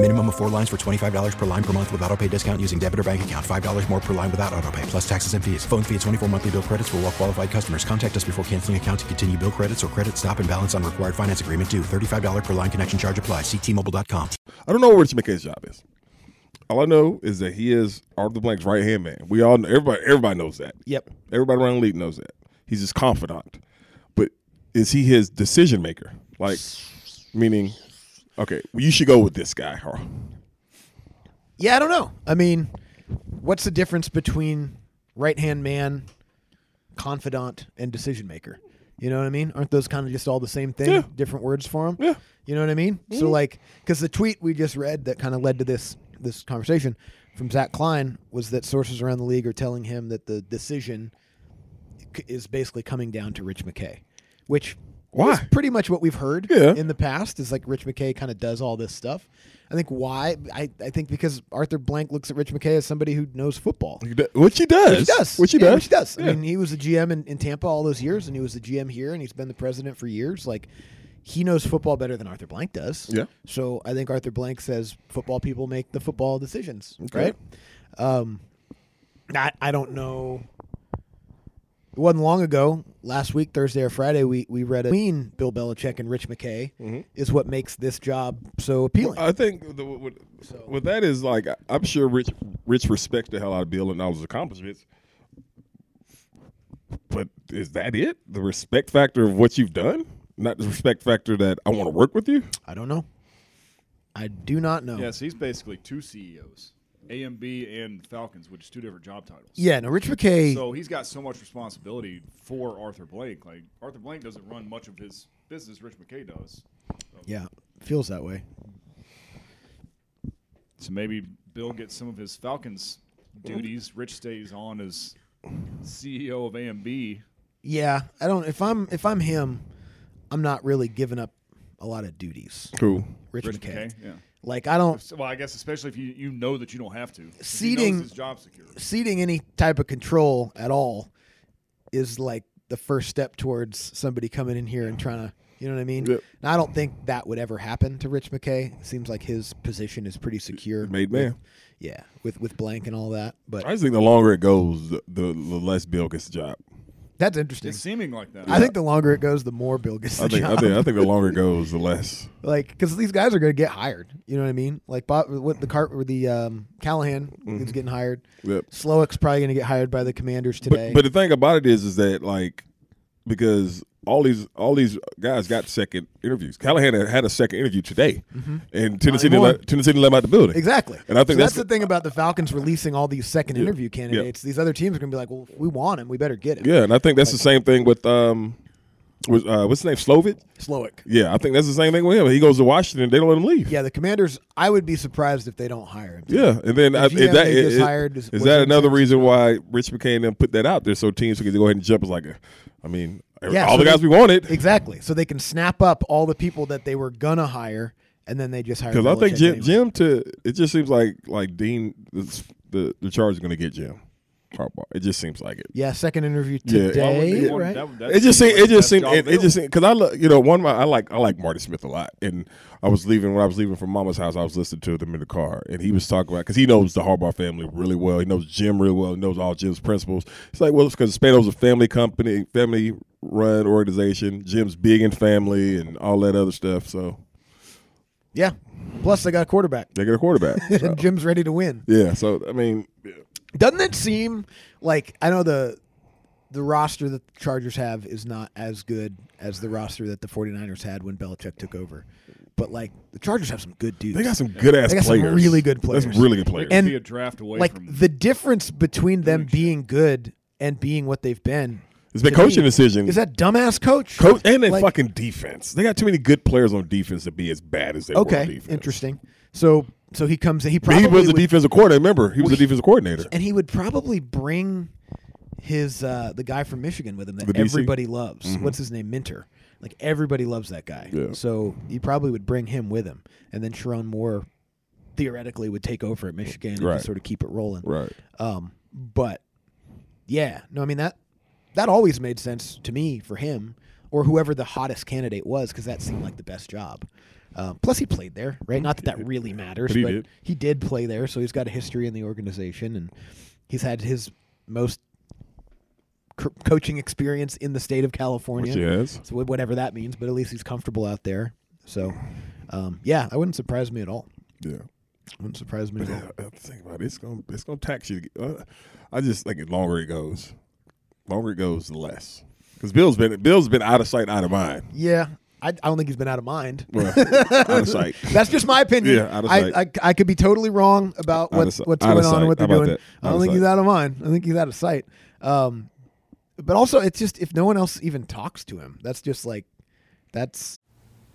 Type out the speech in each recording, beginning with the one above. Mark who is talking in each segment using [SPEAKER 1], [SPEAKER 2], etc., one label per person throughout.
[SPEAKER 1] Minimum of four lines for $25 per line per month with auto pay discount using debit or bank account. $5 more per line without auto pay, plus taxes and fees. Phone fee at 24 monthly bill credits for all well qualified customers. Contact us before canceling account to continue bill credits or credit stop and balance on required finance agreement due. $35 per line connection charge applies. Ctmobile.com.
[SPEAKER 2] I don't know what Rich McKay's job is. All I know is that he is Arthur Blank's right hand man. We all know everybody everybody knows that.
[SPEAKER 3] Yep.
[SPEAKER 2] Everybody around the league knows that. He's his confidant. But is he his decision maker? Like meaning okay, well, you should go with this guy. Or,
[SPEAKER 3] Yeah, I don't know. I mean, what's the difference between right hand man, confidant, and decision maker? You know what I mean? Aren't those kind of just all the same thing?
[SPEAKER 2] Yeah.
[SPEAKER 3] Different words for them.
[SPEAKER 2] Yeah. Mm-hmm.
[SPEAKER 3] You know what I mean? So like, because the tweet we just read that kind of led to this this conversation from Zach Klein was that sources around the league are telling him that the decision c- is basically coming down to Rich McKay, which
[SPEAKER 2] Why?
[SPEAKER 3] is pretty much what we've heard
[SPEAKER 2] Yeah.
[SPEAKER 3] in the past is like Rich McKay kind of does all this stuff. I think why I, I think because Arthur Blank looks at Rich McKay as somebody who knows football.
[SPEAKER 2] He do- Which he does.
[SPEAKER 3] Which he does.
[SPEAKER 2] Which he
[SPEAKER 3] Yeah,
[SPEAKER 2] does.
[SPEAKER 3] Which he does.
[SPEAKER 2] Yeah.
[SPEAKER 3] I mean, he was the GM in, in Tampa all those years, and he was the GM here, and he's been the president for years. Like, he knows football better than Arthur Blank does.
[SPEAKER 2] Yeah.
[SPEAKER 3] So I think Arthur Blank says football people make the football decisions,
[SPEAKER 2] Okay.
[SPEAKER 3] right? Um, I, I don't know. It wasn't long ago, last week, Thursday or Friday, we, we read between Bill Belichick and Rich McKay is what makes this job so appealing.
[SPEAKER 2] I think the, what, what that is like. I- I'm sure Rich Rich respects the hell out of Bill and all his accomplishments, but is that it? The respect factor of what you've done, not the respect factor that I want to work with you.
[SPEAKER 3] I don't know. I do not know.
[SPEAKER 4] Yes, he's basbasically two E CEOs, AMB and Falcons, which is two different job titles.
[SPEAKER 3] Yeah, no, Rich McKay.
[SPEAKER 4] So he's got so much responsibility for Arthur Blank. Like Arthur Blank doesn't run much of his business. Rich McKay does.
[SPEAKER 3] yeah, feels that way.
[SPEAKER 4] So maybe Bill gets some of his Falcons duties. Rich stays on as CEO of AMB.
[SPEAKER 3] Yeah, I don't. If I'm if I'm him, I'm not really giving up a lot of duties.
[SPEAKER 2] Cool.
[SPEAKER 3] Rich,
[SPEAKER 4] Rich
[SPEAKER 3] McKay.
[SPEAKER 4] McKay, yeah.
[SPEAKER 3] Like I don't
[SPEAKER 4] So, well, I guess especially if you, you know that you don't have to. 'Cause he knows
[SPEAKER 3] Seating-
[SPEAKER 4] his job secure.
[SPEAKER 3] ceding any type of control at all is like the first step towards somebody coming in here and trying to. You know what I mean?
[SPEAKER 2] Yep.
[SPEAKER 3] And I don't think that would ever happen to Rich McKay. It seems like his position is pretty secure.
[SPEAKER 2] Made
[SPEAKER 3] with-
[SPEAKER 2] man.
[SPEAKER 3] Yeah, with with blank and all that. But
[SPEAKER 2] I just think the longer it goes, the, the, the less Bill gets the job.
[SPEAKER 3] that's interesting.
[SPEAKER 4] It's seeming like that.
[SPEAKER 3] I think the longer it goes, the more Bill gets the
[SPEAKER 2] I think,
[SPEAKER 3] job.
[SPEAKER 2] I think I think the longer it goes, the less.
[SPEAKER 3] like because these guys are going to get hired. You know what I mean? Like Bob, what the cart with the um, Callahan is getting hired.
[SPEAKER 2] Mm-hmm. Yep.
[SPEAKER 3] Slowick's probably going to get hired by the Commanders today.
[SPEAKER 2] But, but the thing about it is, is that like because all these all these guys got second interviews. Callahan had- had a second interview today, and Tennessee didn't
[SPEAKER 3] anymore.
[SPEAKER 2] let, Tennessee didn't let him out the building.
[SPEAKER 3] exactly.
[SPEAKER 2] And I think
[SPEAKER 3] So that's,
[SPEAKER 2] that's,
[SPEAKER 3] the thing about the Falcons releasing all these second interview candidates. These other teams are going to be like, well, if we want him. We better get him.
[SPEAKER 2] Yeah, and I think that's the same thing with um, with uh, what's his name, Slovic.
[SPEAKER 3] Slowick.
[SPEAKER 2] Yeah, I think that's the same thing with him. He goes to Washington, they don't let him leave.
[SPEAKER 3] Yeah, the Commanders. I would be surprised if they don't hire him.
[SPEAKER 2] Yeah, and then I,
[SPEAKER 3] The GM
[SPEAKER 2] is that
[SPEAKER 3] they
[SPEAKER 2] is,
[SPEAKER 3] just
[SPEAKER 2] is-
[SPEAKER 3] hired is-
[SPEAKER 2] is
[SPEAKER 3] was
[SPEAKER 2] that
[SPEAKER 3] in
[SPEAKER 2] another
[SPEAKER 3] Texas.
[SPEAKER 2] reason why Rich McCain and them put that out there so teams could go ahead and jump? Is like, I mean,
[SPEAKER 3] Yeah,
[SPEAKER 2] all
[SPEAKER 3] so
[SPEAKER 2] the guys
[SPEAKER 3] they-
[SPEAKER 2] we wanted.
[SPEAKER 3] Exactly. So they can snap up all the people that they were gonna hire, and then they just hire.
[SPEAKER 2] Because I think
[SPEAKER 3] Belichick
[SPEAKER 2] Jim,
[SPEAKER 3] anyway.
[SPEAKER 2] Jim to it just seems like like Dean the the, the charge is going to get Jim. Harbaugh. It just seems like it.
[SPEAKER 3] Yeah, second interview
[SPEAKER 2] Yeah.
[SPEAKER 4] Why would
[SPEAKER 3] today.
[SPEAKER 4] they want-
[SPEAKER 3] right?
[SPEAKER 4] that- that's
[SPEAKER 2] It just seemed, it just
[SPEAKER 4] that's
[SPEAKER 2] seemed,
[SPEAKER 4] John
[SPEAKER 2] it, it
[SPEAKER 4] Bill.
[SPEAKER 2] just seemed, cause I look, you know, one of my, I like, I like Marty Smith a lot. And I was leaving, when I was leaving from mama's house, I was listening to them in the car and he was talking about, cause he knows the Harbaugh family really well. He knows Jim really well. He knows all Jim's principles. It's like, well, it's cause Spano's a family company, family run organization. Jim's big in family and all that other stuff. So
[SPEAKER 3] Yeah. Plus, they got a quarterback.
[SPEAKER 2] they get a quarterback. So,
[SPEAKER 3] And Jim's ready to win.
[SPEAKER 2] yeah. So, I mean,
[SPEAKER 3] Doesn't it seem like I know the the roster that the Chargers have is not as good as the roster that the 49ers had when Belichick took over. But like the Chargers have some good dudes.
[SPEAKER 2] They got some good ass
[SPEAKER 3] They got
[SPEAKER 2] players.
[SPEAKER 3] some really good
[SPEAKER 2] That's
[SPEAKER 3] players.
[SPEAKER 2] really good players.
[SPEAKER 3] And-
[SPEAKER 4] be a draft away
[SPEAKER 3] like
[SPEAKER 4] from
[SPEAKER 3] the difference between them being good and being what they've been.
[SPEAKER 2] It's been
[SPEAKER 3] to me,
[SPEAKER 2] coaching decision.
[SPEAKER 3] Is that dumbass coach?
[SPEAKER 2] coach and they
[SPEAKER 3] Like,
[SPEAKER 2] fucking defense. They got too many good players on defense to be as bad as they were. on
[SPEAKER 3] okay,
[SPEAKER 2] defense.
[SPEAKER 3] interesting. So so he comes in. He
[SPEAKER 2] But
[SPEAKER 3] probably
[SPEAKER 2] he was the
[SPEAKER 3] would-
[SPEAKER 2] defensive coordinator. Remember, he was
[SPEAKER 3] Well,
[SPEAKER 2] the defensive coordinator.
[SPEAKER 3] and he would probably bring his uh, the guy from Michigan with him that
[SPEAKER 2] The DC?
[SPEAKER 3] everybody loves. What's his name? Minter. Like everybody loves that guy.
[SPEAKER 2] Mm-hmm. Yeah.
[SPEAKER 3] So he probably would bring him with him, and then Sharon Moore theoretically would take over at Michigan and
[SPEAKER 2] Right.
[SPEAKER 3] just sort of keep it rolling.
[SPEAKER 2] Right.
[SPEAKER 3] Um, but yeah, no, I mean that that always made sense to me for him or whoever the hottest candidate was because that seemed like the best job. Um, plus, he played there, right? Not that that really matters,
[SPEAKER 2] But he did.
[SPEAKER 3] he did play there, so he's got a history in the organization, and he's had his most co- coaching experience in the state of California.
[SPEAKER 2] Which he has.
[SPEAKER 3] So wh- whatever that means, but at least he's comfortable out there. So, um, yeah, I wouldn't surprise me at all.
[SPEAKER 2] Yeah.
[SPEAKER 3] Wouldn't surprise me at all.
[SPEAKER 2] I have to think about it. It's gonna it's gonna tax you. to get- uh, I just think the longer it goes, longer it goes, the less. Because Bill's been Bill's been out of sight, out of mind.
[SPEAKER 3] Yeah, I, I don't think he's been out of mind.
[SPEAKER 2] Well, out of sight.
[SPEAKER 3] That's just my opinion.
[SPEAKER 2] Yeah, out of
[SPEAKER 3] I, I,
[SPEAKER 2] sight.
[SPEAKER 3] I could be totally wrong
[SPEAKER 2] Out
[SPEAKER 3] about what,
[SPEAKER 2] of si-
[SPEAKER 3] what's
[SPEAKER 2] out of
[SPEAKER 3] going on
[SPEAKER 2] sight.
[SPEAKER 3] and what
[SPEAKER 2] How
[SPEAKER 3] they're
[SPEAKER 2] about
[SPEAKER 3] doing.
[SPEAKER 2] that?
[SPEAKER 3] I
[SPEAKER 2] Out
[SPEAKER 3] don't
[SPEAKER 2] of
[SPEAKER 3] think he's
[SPEAKER 2] sight.
[SPEAKER 3] out of mind. I think he's out of sight. Um, but also, it's just if no one else even talks to him, that's just like that's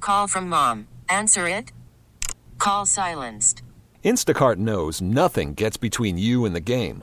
[SPEAKER 5] Call from mom. Answer it. Call silenced.
[SPEAKER 6] Instacart knows nothing gets between you and the game.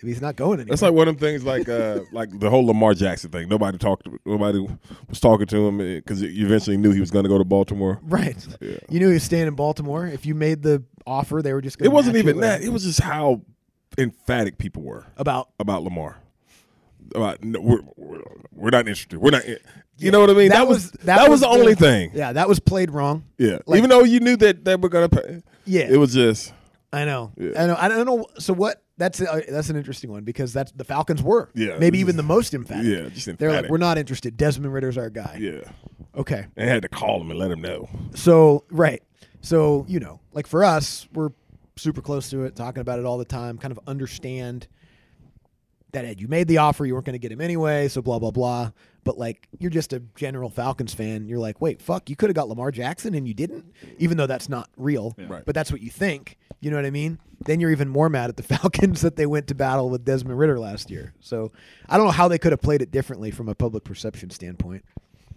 [SPEAKER 3] he's not going anywhere.
[SPEAKER 2] That's like one of them things, like uh, like the whole Lamar Jackson thing. Nobody talked. Nobody was talking to him because you eventually knew he was going to go to Baltimore.
[SPEAKER 3] right. You knew he was staying in Baltimore. If you made the offer, they were just. Gonna
[SPEAKER 2] It wasn't
[SPEAKER 3] match
[SPEAKER 2] even
[SPEAKER 3] with-
[SPEAKER 2] that. It was just how emphatic people were
[SPEAKER 3] about
[SPEAKER 2] about Lamar. About no, we're, we're we're not interested. We're not. in-" You know what I mean? That, was that, was, the only thing. Yeah.
[SPEAKER 3] Yeah, that was played wrong. Like-
[SPEAKER 2] Even though you knew that they were going to pay.
[SPEAKER 3] Yeah.
[SPEAKER 2] It was just.
[SPEAKER 3] I know. I know. I don't know. So what? That's uh, that's an interesting one because that's the Falcons were.
[SPEAKER 2] Yeah.
[SPEAKER 3] Maybe even the most emphatic.
[SPEAKER 2] Yeah, just
[SPEAKER 3] They're like,
[SPEAKER 2] emphatic.
[SPEAKER 3] we're not interested. Desmond Ritter's our guy.
[SPEAKER 2] Yeah.
[SPEAKER 3] Okay.
[SPEAKER 2] And had to call him and let him know.
[SPEAKER 3] So right. So you know, like for us, we're super close to it, talking about it all the time. Kind of understand that Ed, you made the offer, you weren't going to get him anyway. So blah blah blah. But like, you're just a general Falcons fan. You're like, wait, fuck, you could have got Lamar Jackson and you didn't, even though that's not real.
[SPEAKER 2] Right.
[SPEAKER 3] But that's what you think. You know what I mean? Then you're even more mad at the Falcons that they went to battle with Desmond Ritter last year. So I don't know how they could have played it differently from a public perception standpoint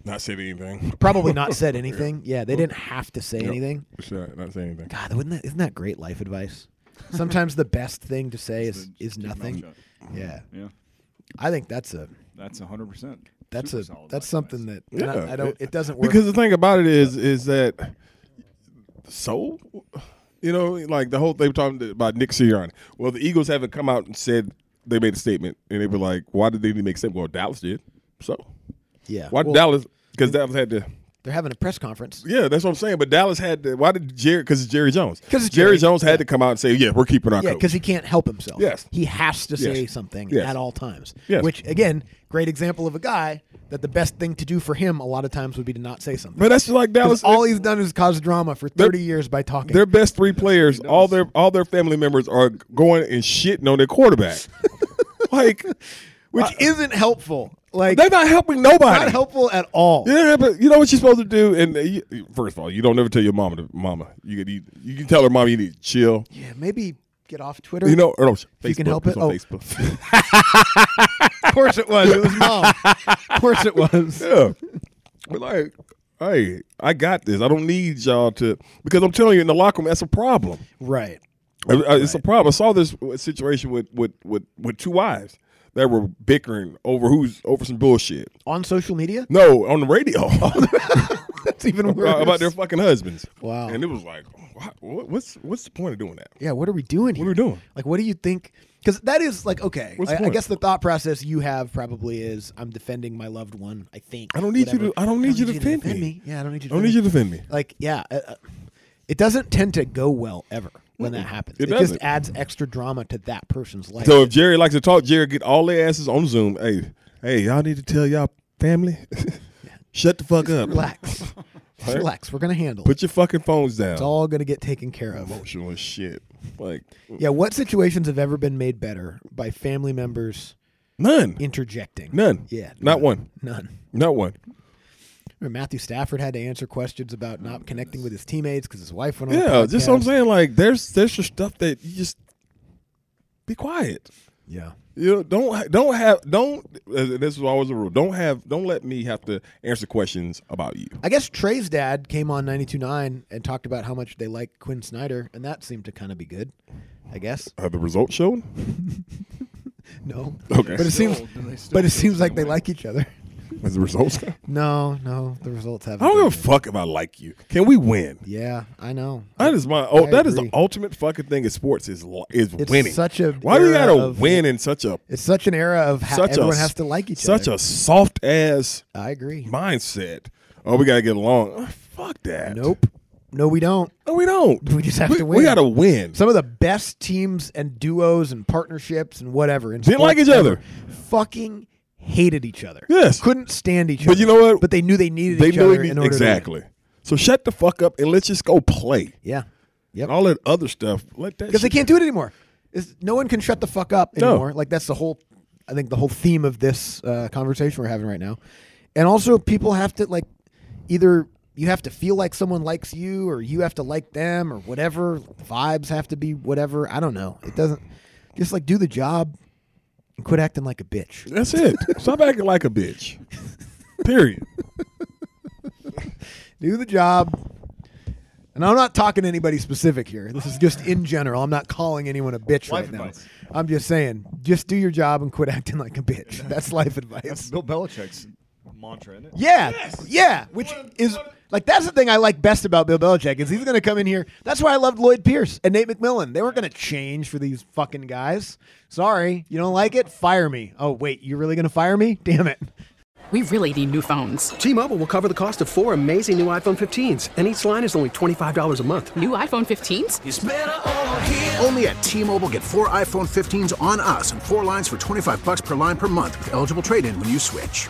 [SPEAKER 2] Not said anything.
[SPEAKER 3] probably not said anything. Yeah, they didn't have to say anything.
[SPEAKER 2] Sure, not saying anything.
[SPEAKER 3] God, wouldn't that, isn't that great life advice? Sometimes the best thing to say is is nothing.
[SPEAKER 4] shut.
[SPEAKER 3] Yeah,
[SPEAKER 4] yeah,
[SPEAKER 3] I think that's a
[SPEAKER 4] that's hundred percent.
[SPEAKER 3] that's a that's something that and I, I don't. It doesn't work.
[SPEAKER 2] Because the thing about it is, is that so, you know, like the whole thing we're talking about Nick Sirianni. Well, the Eagles haven't come out and said they made a statement, and they were like, "Why did they need to make a statement?" Well, Dallas did. So
[SPEAKER 3] Yeah.
[SPEAKER 2] why
[SPEAKER 3] Well,
[SPEAKER 2] did Dallas? Because Dallas had to.
[SPEAKER 3] They're having a press conference.
[SPEAKER 2] Yeah, that's what I'm saying. But Dallas had to. Why did Jerry? Because it's Jerry Jones.
[SPEAKER 3] 'Cause it's
[SPEAKER 2] Jerry
[SPEAKER 3] Jerry,
[SPEAKER 2] Jones had to come out and say, "Yeah, we're keeping our
[SPEAKER 3] Yeah,
[SPEAKER 2] coach."
[SPEAKER 3] because he can't help himself.
[SPEAKER 2] Yes.
[SPEAKER 3] He has to say
[SPEAKER 2] Yes.
[SPEAKER 3] something
[SPEAKER 2] Yes.
[SPEAKER 3] at all times.
[SPEAKER 2] Yes.
[SPEAKER 3] Which, again, great example of a guy that the best thing to do for him a lot of times would be to not say something.
[SPEAKER 2] but that's like
[SPEAKER 3] 'Cause
[SPEAKER 2] Dallas.
[SPEAKER 3] all he's done is cause drama for
[SPEAKER 2] They're-
[SPEAKER 3] 30 years by talking.
[SPEAKER 2] their best three players, all their all their family members are going and shitting on their quarterback. like
[SPEAKER 3] which isn't helpful. Like,
[SPEAKER 2] they're not helping nobody.
[SPEAKER 3] not helpful at all.
[SPEAKER 2] Yeah, but you know what you're supposed to do. And uh, you, first of all, you don't ever tell your mama. To, mama, you could eat, you can tell her mama you need to chill.
[SPEAKER 3] Yeah, maybe get off Twitter.
[SPEAKER 2] You know, or no, Facebook.
[SPEAKER 3] you can help
[SPEAKER 2] It's
[SPEAKER 3] it.
[SPEAKER 2] on
[SPEAKER 3] Oh.
[SPEAKER 2] Facebook.
[SPEAKER 3] of course it was. It was mom. of course it was.
[SPEAKER 2] yeah, but like, hey, I got this. I don't need y'all to because I'm telling you in the locker room that's a problem.
[SPEAKER 3] Right.
[SPEAKER 2] I- I- It's a problem. I saw this w- situation with with with with two wives that were bickering over who's over some bullshit.
[SPEAKER 3] On social media?
[SPEAKER 2] No, on the radio.
[SPEAKER 3] That's even worse.
[SPEAKER 2] about, about their fucking husbands.
[SPEAKER 3] Wow.
[SPEAKER 2] And it was like, what, what- what's what's the point of doing that?
[SPEAKER 3] yeah, what are we doing
[SPEAKER 2] What
[SPEAKER 3] here?
[SPEAKER 2] are we doing?
[SPEAKER 3] Like, what do you think? Because that is like, okay.
[SPEAKER 2] What's the
[SPEAKER 3] I, I
[SPEAKER 2] point?
[SPEAKER 3] guess the thought process you have probably is I'm defending my loved one, I think.
[SPEAKER 2] I don't need you
[SPEAKER 3] whatever.
[SPEAKER 2] to. I don't need you to defend, me.
[SPEAKER 3] Yeah, I don't need you
[SPEAKER 2] I
[SPEAKER 3] to
[SPEAKER 2] don't need you to defend me.
[SPEAKER 3] Like, yeah. uh, uh, it doesn't tend to go well ever when that happens.
[SPEAKER 2] It
[SPEAKER 3] just
[SPEAKER 2] doesn't.
[SPEAKER 3] adds extra drama to that person's life.
[SPEAKER 2] So if Jerry likes to talk, Jerry get all their asses on Zoom. Hey, hey, y'all need to tell y'all family, shut the fuck up.
[SPEAKER 3] relax. Just
[SPEAKER 2] Right?
[SPEAKER 3] relax. We're going to handle it.
[SPEAKER 2] Put your fucking phones down.
[SPEAKER 3] It's all going to get taken care of.
[SPEAKER 2] emotional as shit. Like
[SPEAKER 3] Yeah, what situations have ever been made better by family members
[SPEAKER 2] none,
[SPEAKER 3] interjecting?
[SPEAKER 2] none.
[SPEAKER 3] Yeah.
[SPEAKER 2] not one,
[SPEAKER 3] None.
[SPEAKER 2] not one.
[SPEAKER 3] Remember Matthew Stafford had to answer questions about not connecting with his teammates because his wife went on. a
[SPEAKER 2] Yeah, just what I'm
[SPEAKER 3] podcast.
[SPEAKER 2] saying. Like there's there's just stuff that you just be quiet.
[SPEAKER 3] Yeah.
[SPEAKER 2] You know, don't don't have don't. Uh, this is always a rule. Don't have don't let me have to answer questions about you.
[SPEAKER 3] I guess Trey's dad came on 92.9 and talked about how much they like Quinn Snyder, and that seemed to kind of be good, I guess.
[SPEAKER 2] Have the results shown?
[SPEAKER 3] No.
[SPEAKER 2] Okay.
[SPEAKER 3] But it seems,
[SPEAKER 4] Still, do they still
[SPEAKER 3] but it
[SPEAKER 4] feel
[SPEAKER 3] seems
[SPEAKER 4] the
[SPEAKER 3] like
[SPEAKER 4] same
[SPEAKER 3] they
[SPEAKER 4] way?
[SPEAKER 3] like each other.
[SPEAKER 2] Has the results? come?
[SPEAKER 3] No, no, the results haven't.
[SPEAKER 2] I don't
[SPEAKER 3] been
[SPEAKER 2] give a
[SPEAKER 3] good.
[SPEAKER 2] fuck if I like you. Can we win?
[SPEAKER 3] Yeah, I know.
[SPEAKER 2] That is my oh,
[SPEAKER 3] I
[SPEAKER 2] that is the
[SPEAKER 3] agree.
[SPEAKER 2] ultimate fucking thing in sports is lo- is
[SPEAKER 3] It's
[SPEAKER 2] winning.
[SPEAKER 3] such a
[SPEAKER 2] why do you
[SPEAKER 3] era
[SPEAKER 2] gotta
[SPEAKER 3] of-
[SPEAKER 2] win in such a
[SPEAKER 3] It's such an era of how
[SPEAKER 2] such
[SPEAKER 3] everyone
[SPEAKER 2] a
[SPEAKER 3] has to like each
[SPEAKER 2] such
[SPEAKER 3] other.
[SPEAKER 2] a soft ass
[SPEAKER 3] Such a. I agree.
[SPEAKER 2] mindset. Oh, we gotta get along. Oh, fuck that.
[SPEAKER 3] Nope. No, we don't.
[SPEAKER 2] No, we don't.
[SPEAKER 3] We just have
[SPEAKER 2] we,
[SPEAKER 3] to
[SPEAKER 2] We
[SPEAKER 3] win.
[SPEAKER 2] gotta win.
[SPEAKER 3] Some of the best teams and duos and partnerships and whatever. in
[SPEAKER 2] Didn't like
[SPEAKER 3] sports
[SPEAKER 2] each
[SPEAKER 3] ever
[SPEAKER 2] other.
[SPEAKER 3] Fucking hated each other.
[SPEAKER 2] Yes.
[SPEAKER 3] Couldn't stand each other.
[SPEAKER 2] But you know what?
[SPEAKER 3] But they knew they needed
[SPEAKER 2] they
[SPEAKER 3] each
[SPEAKER 2] know
[SPEAKER 3] other
[SPEAKER 2] it mean-
[SPEAKER 3] in order to win.
[SPEAKER 2] exactly. So shut the fuck up and let's just go play.
[SPEAKER 3] Yeah.
[SPEAKER 2] And all that other stuff. Let that
[SPEAKER 3] Because they
[SPEAKER 2] shit-
[SPEAKER 3] can't do it anymore. It's- no one can shut the fuck up
[SPEAKER 2] No.
[SPEAKER 3] anymore. Like that's the whole, I think the whole theme of this uh, conversation we're having right now, and also people have to like, either you have to feel like someone likes you, or you have to like them, or whatever. Vibes have to be whatever. I don't know. It doesn't just like do the job and quit acting like a bitch.
[SPEAKER 2] That's it. Stop acting like a bitch. Period.
[SPEAKER 3] Do the job. And I'm not talking to anybody specific here. This is just in general. I'm not calling anyone a bitch
[SPEAKER 4] Life
[SPEAKER 3] right now.
[SPEAKER 4] advice.
[SPEAKER 3] I'm just saying, just do your job and quit acting like a bitch. That's life advice.
[SPEAKER 4] That's Bill Belichick's mantra, isn't it?
[SPEAKER 3] Yeah, yeah. Which is like that's the thing I like best about Bill Belichick is he's going to come in here. That's why I loved Lloyd Pierce and Nate McMillan. They weren't going to change for these fucking guys. Sorry, you don't like it? Fire me. Oh wait, you're really going to fire me? Damn it.
[SPEAKER 7] We really need new phones.
[SPEAKER 8] T-Mobile will cover the cost of four amazing new iPhone 15s, and each line is only $25 a month.
[SPEAKER 7] New iPhone 15s?
[SPEAKER 9] Only at T-Mobile, get four iPhone 15s on us and four lines for 25 bucks per line per month with eligible trade-in when you switch.